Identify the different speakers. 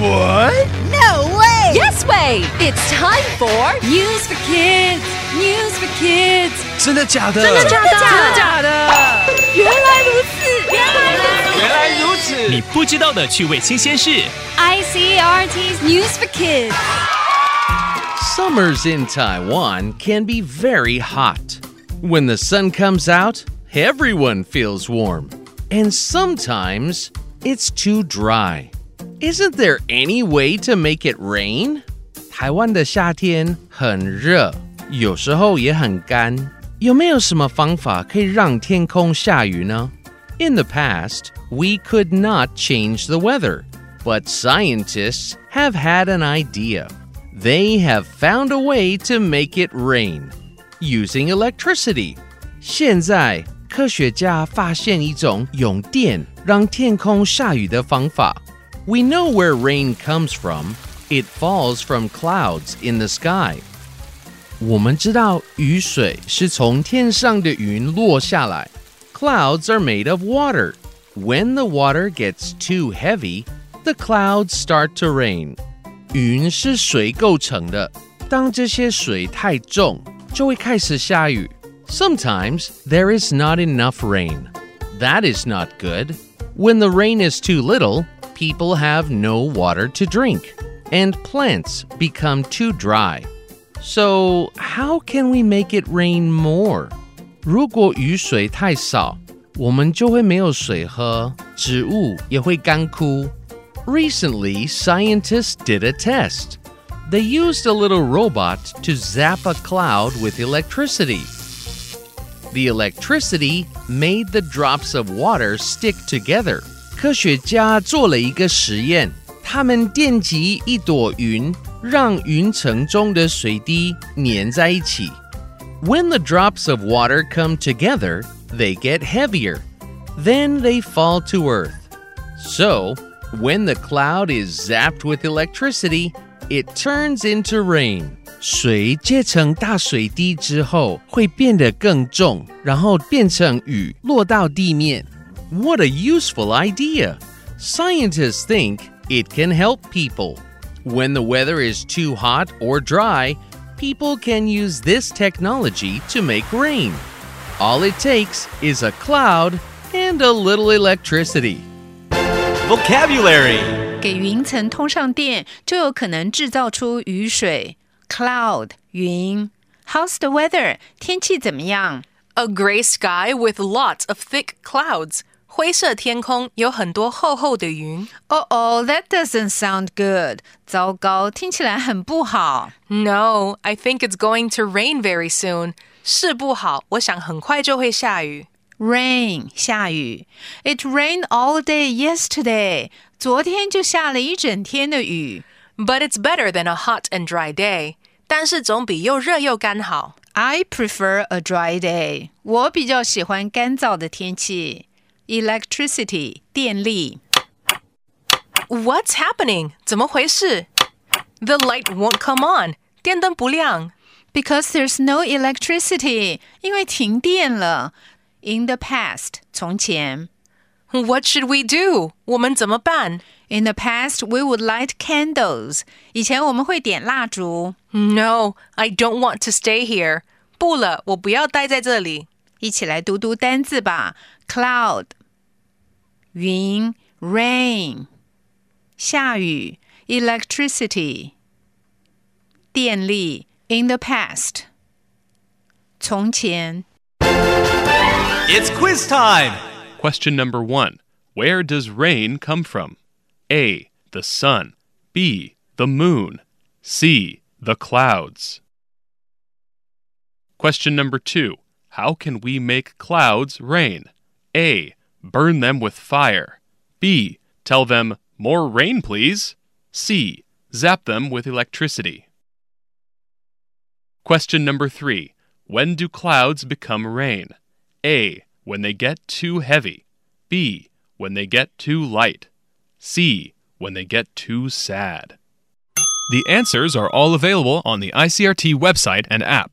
Speaker 1: What?
Speaker 2: No way!
Speaker 3: Yes way! It's time for News for Kids! News for Kids!
Speaker 1: 真的假的？
Speaker 2: 假的
Speaker 3: 真的假的？原来如此！原来如此！
Speaker 1: 原来如此。
Speaker 4: 你不知道的趣味新鲜事。
Speaker 2: E
Speaker 3: ICRT's News for Kids!
Speaker 5: Summers in Taiwan can be very hot. When the sun comes out, everyone feels warm. And sometimes it's too dry. Isn't there any way to make it rain? 台湾的夏天很热，有时候也很干。有没有什么方法可以让天空下雨呢？in the past, we could not change the weather, but scientists have had an idea. They have found a way to make it rain using electricity. 现在，科学家发现一种用电让天空下雨的方法。We know where rain comes from. It falls from clouds in the sky. 我们知道雨水是从天上的云落下来。Clouds are made of water. When the water gets too heavy, the clouds start to rain. 云是水构成的，当这些水太重，就会开始下雨。Sometimes there is not enough rain. That is not good. When the rain is too little, people have no water to drink, and plants become too dry. So, how can we make it rain more? 如果雨水太少，我们就会没有水喝，植物也会干枯。Recently, scientists did a test. They used a little robot to zap a cloud with electricity. The electricity made the drops of water stick together. 科学家做了一个实验，他们电极一朵云，让云层中的水滴粘在一起。When the drops of water come together, they get heavier. Then they fall to earth. So, when the cloud is zapped with electricity, it turns into rain. 水结成大水滴之后，会变得更重，然后变成雨落到地面。What a useful idea! Scientists think it can help people. When the weather is too hot or dry, people can use this technology to make rain. All it takes is a cloud and a little electricity.
Speaker 4: Vocabulary
Speaker 2: 给云层通上电，就有可能制造出雨水 （cloud） 云。How's the weather？天气怎么样
Speaker 6: A gray sky with lots of thick clouds. 灰色天空有很多厚厚的云。
Speaker 2: ？Oh oh, that doesn't sound good. 糟糕，听起来很不好。
Speaker 6: No, I think it's going to rain very soon. 是不好，我想很快就会下雨。
Speaker 2: Rain 下雨，It rained all day yesterday. 昨天就下了一整天的雨。
Speaker 6: But it's better than a hot and dry day. 但是总比又热又干好。
Speaker 2: I prefer a dry day. 我比较喜欢干燥的天气。Electricity 电力。
Speaker 6: What's happening? 怎么回事？The light won't come on. 电灯不亮。
Speaker 2: Because there's no electricity，因为停电了。In the past，从前。
Speaker 6: What should we do? 我们怎么办
Speaker 2: In the past, we would light candles。以前我们会点蜡烛。
Speaker 6: ？No, I don't want to stay here. 不了，我不要待在这里。
Speaker 2: 一起来读读单字吧：cloud，云；rain，下雨；electricity，电力；in the past，从前。
Speaker 4: It's quiz time.
Speaker 7: Question number one Where does rain come from? A. The sun. B. The moon. C. The clouds. Question number two How can we make clouds rain? A. Burn them with fire. B. Tell them, More rain, please. C. Zap them with electricity. Question number three When do clouds become rain? A. When they get too heavy. B. When they get too light. C. When they get too sad. The answers are all available on the ICRT website and app.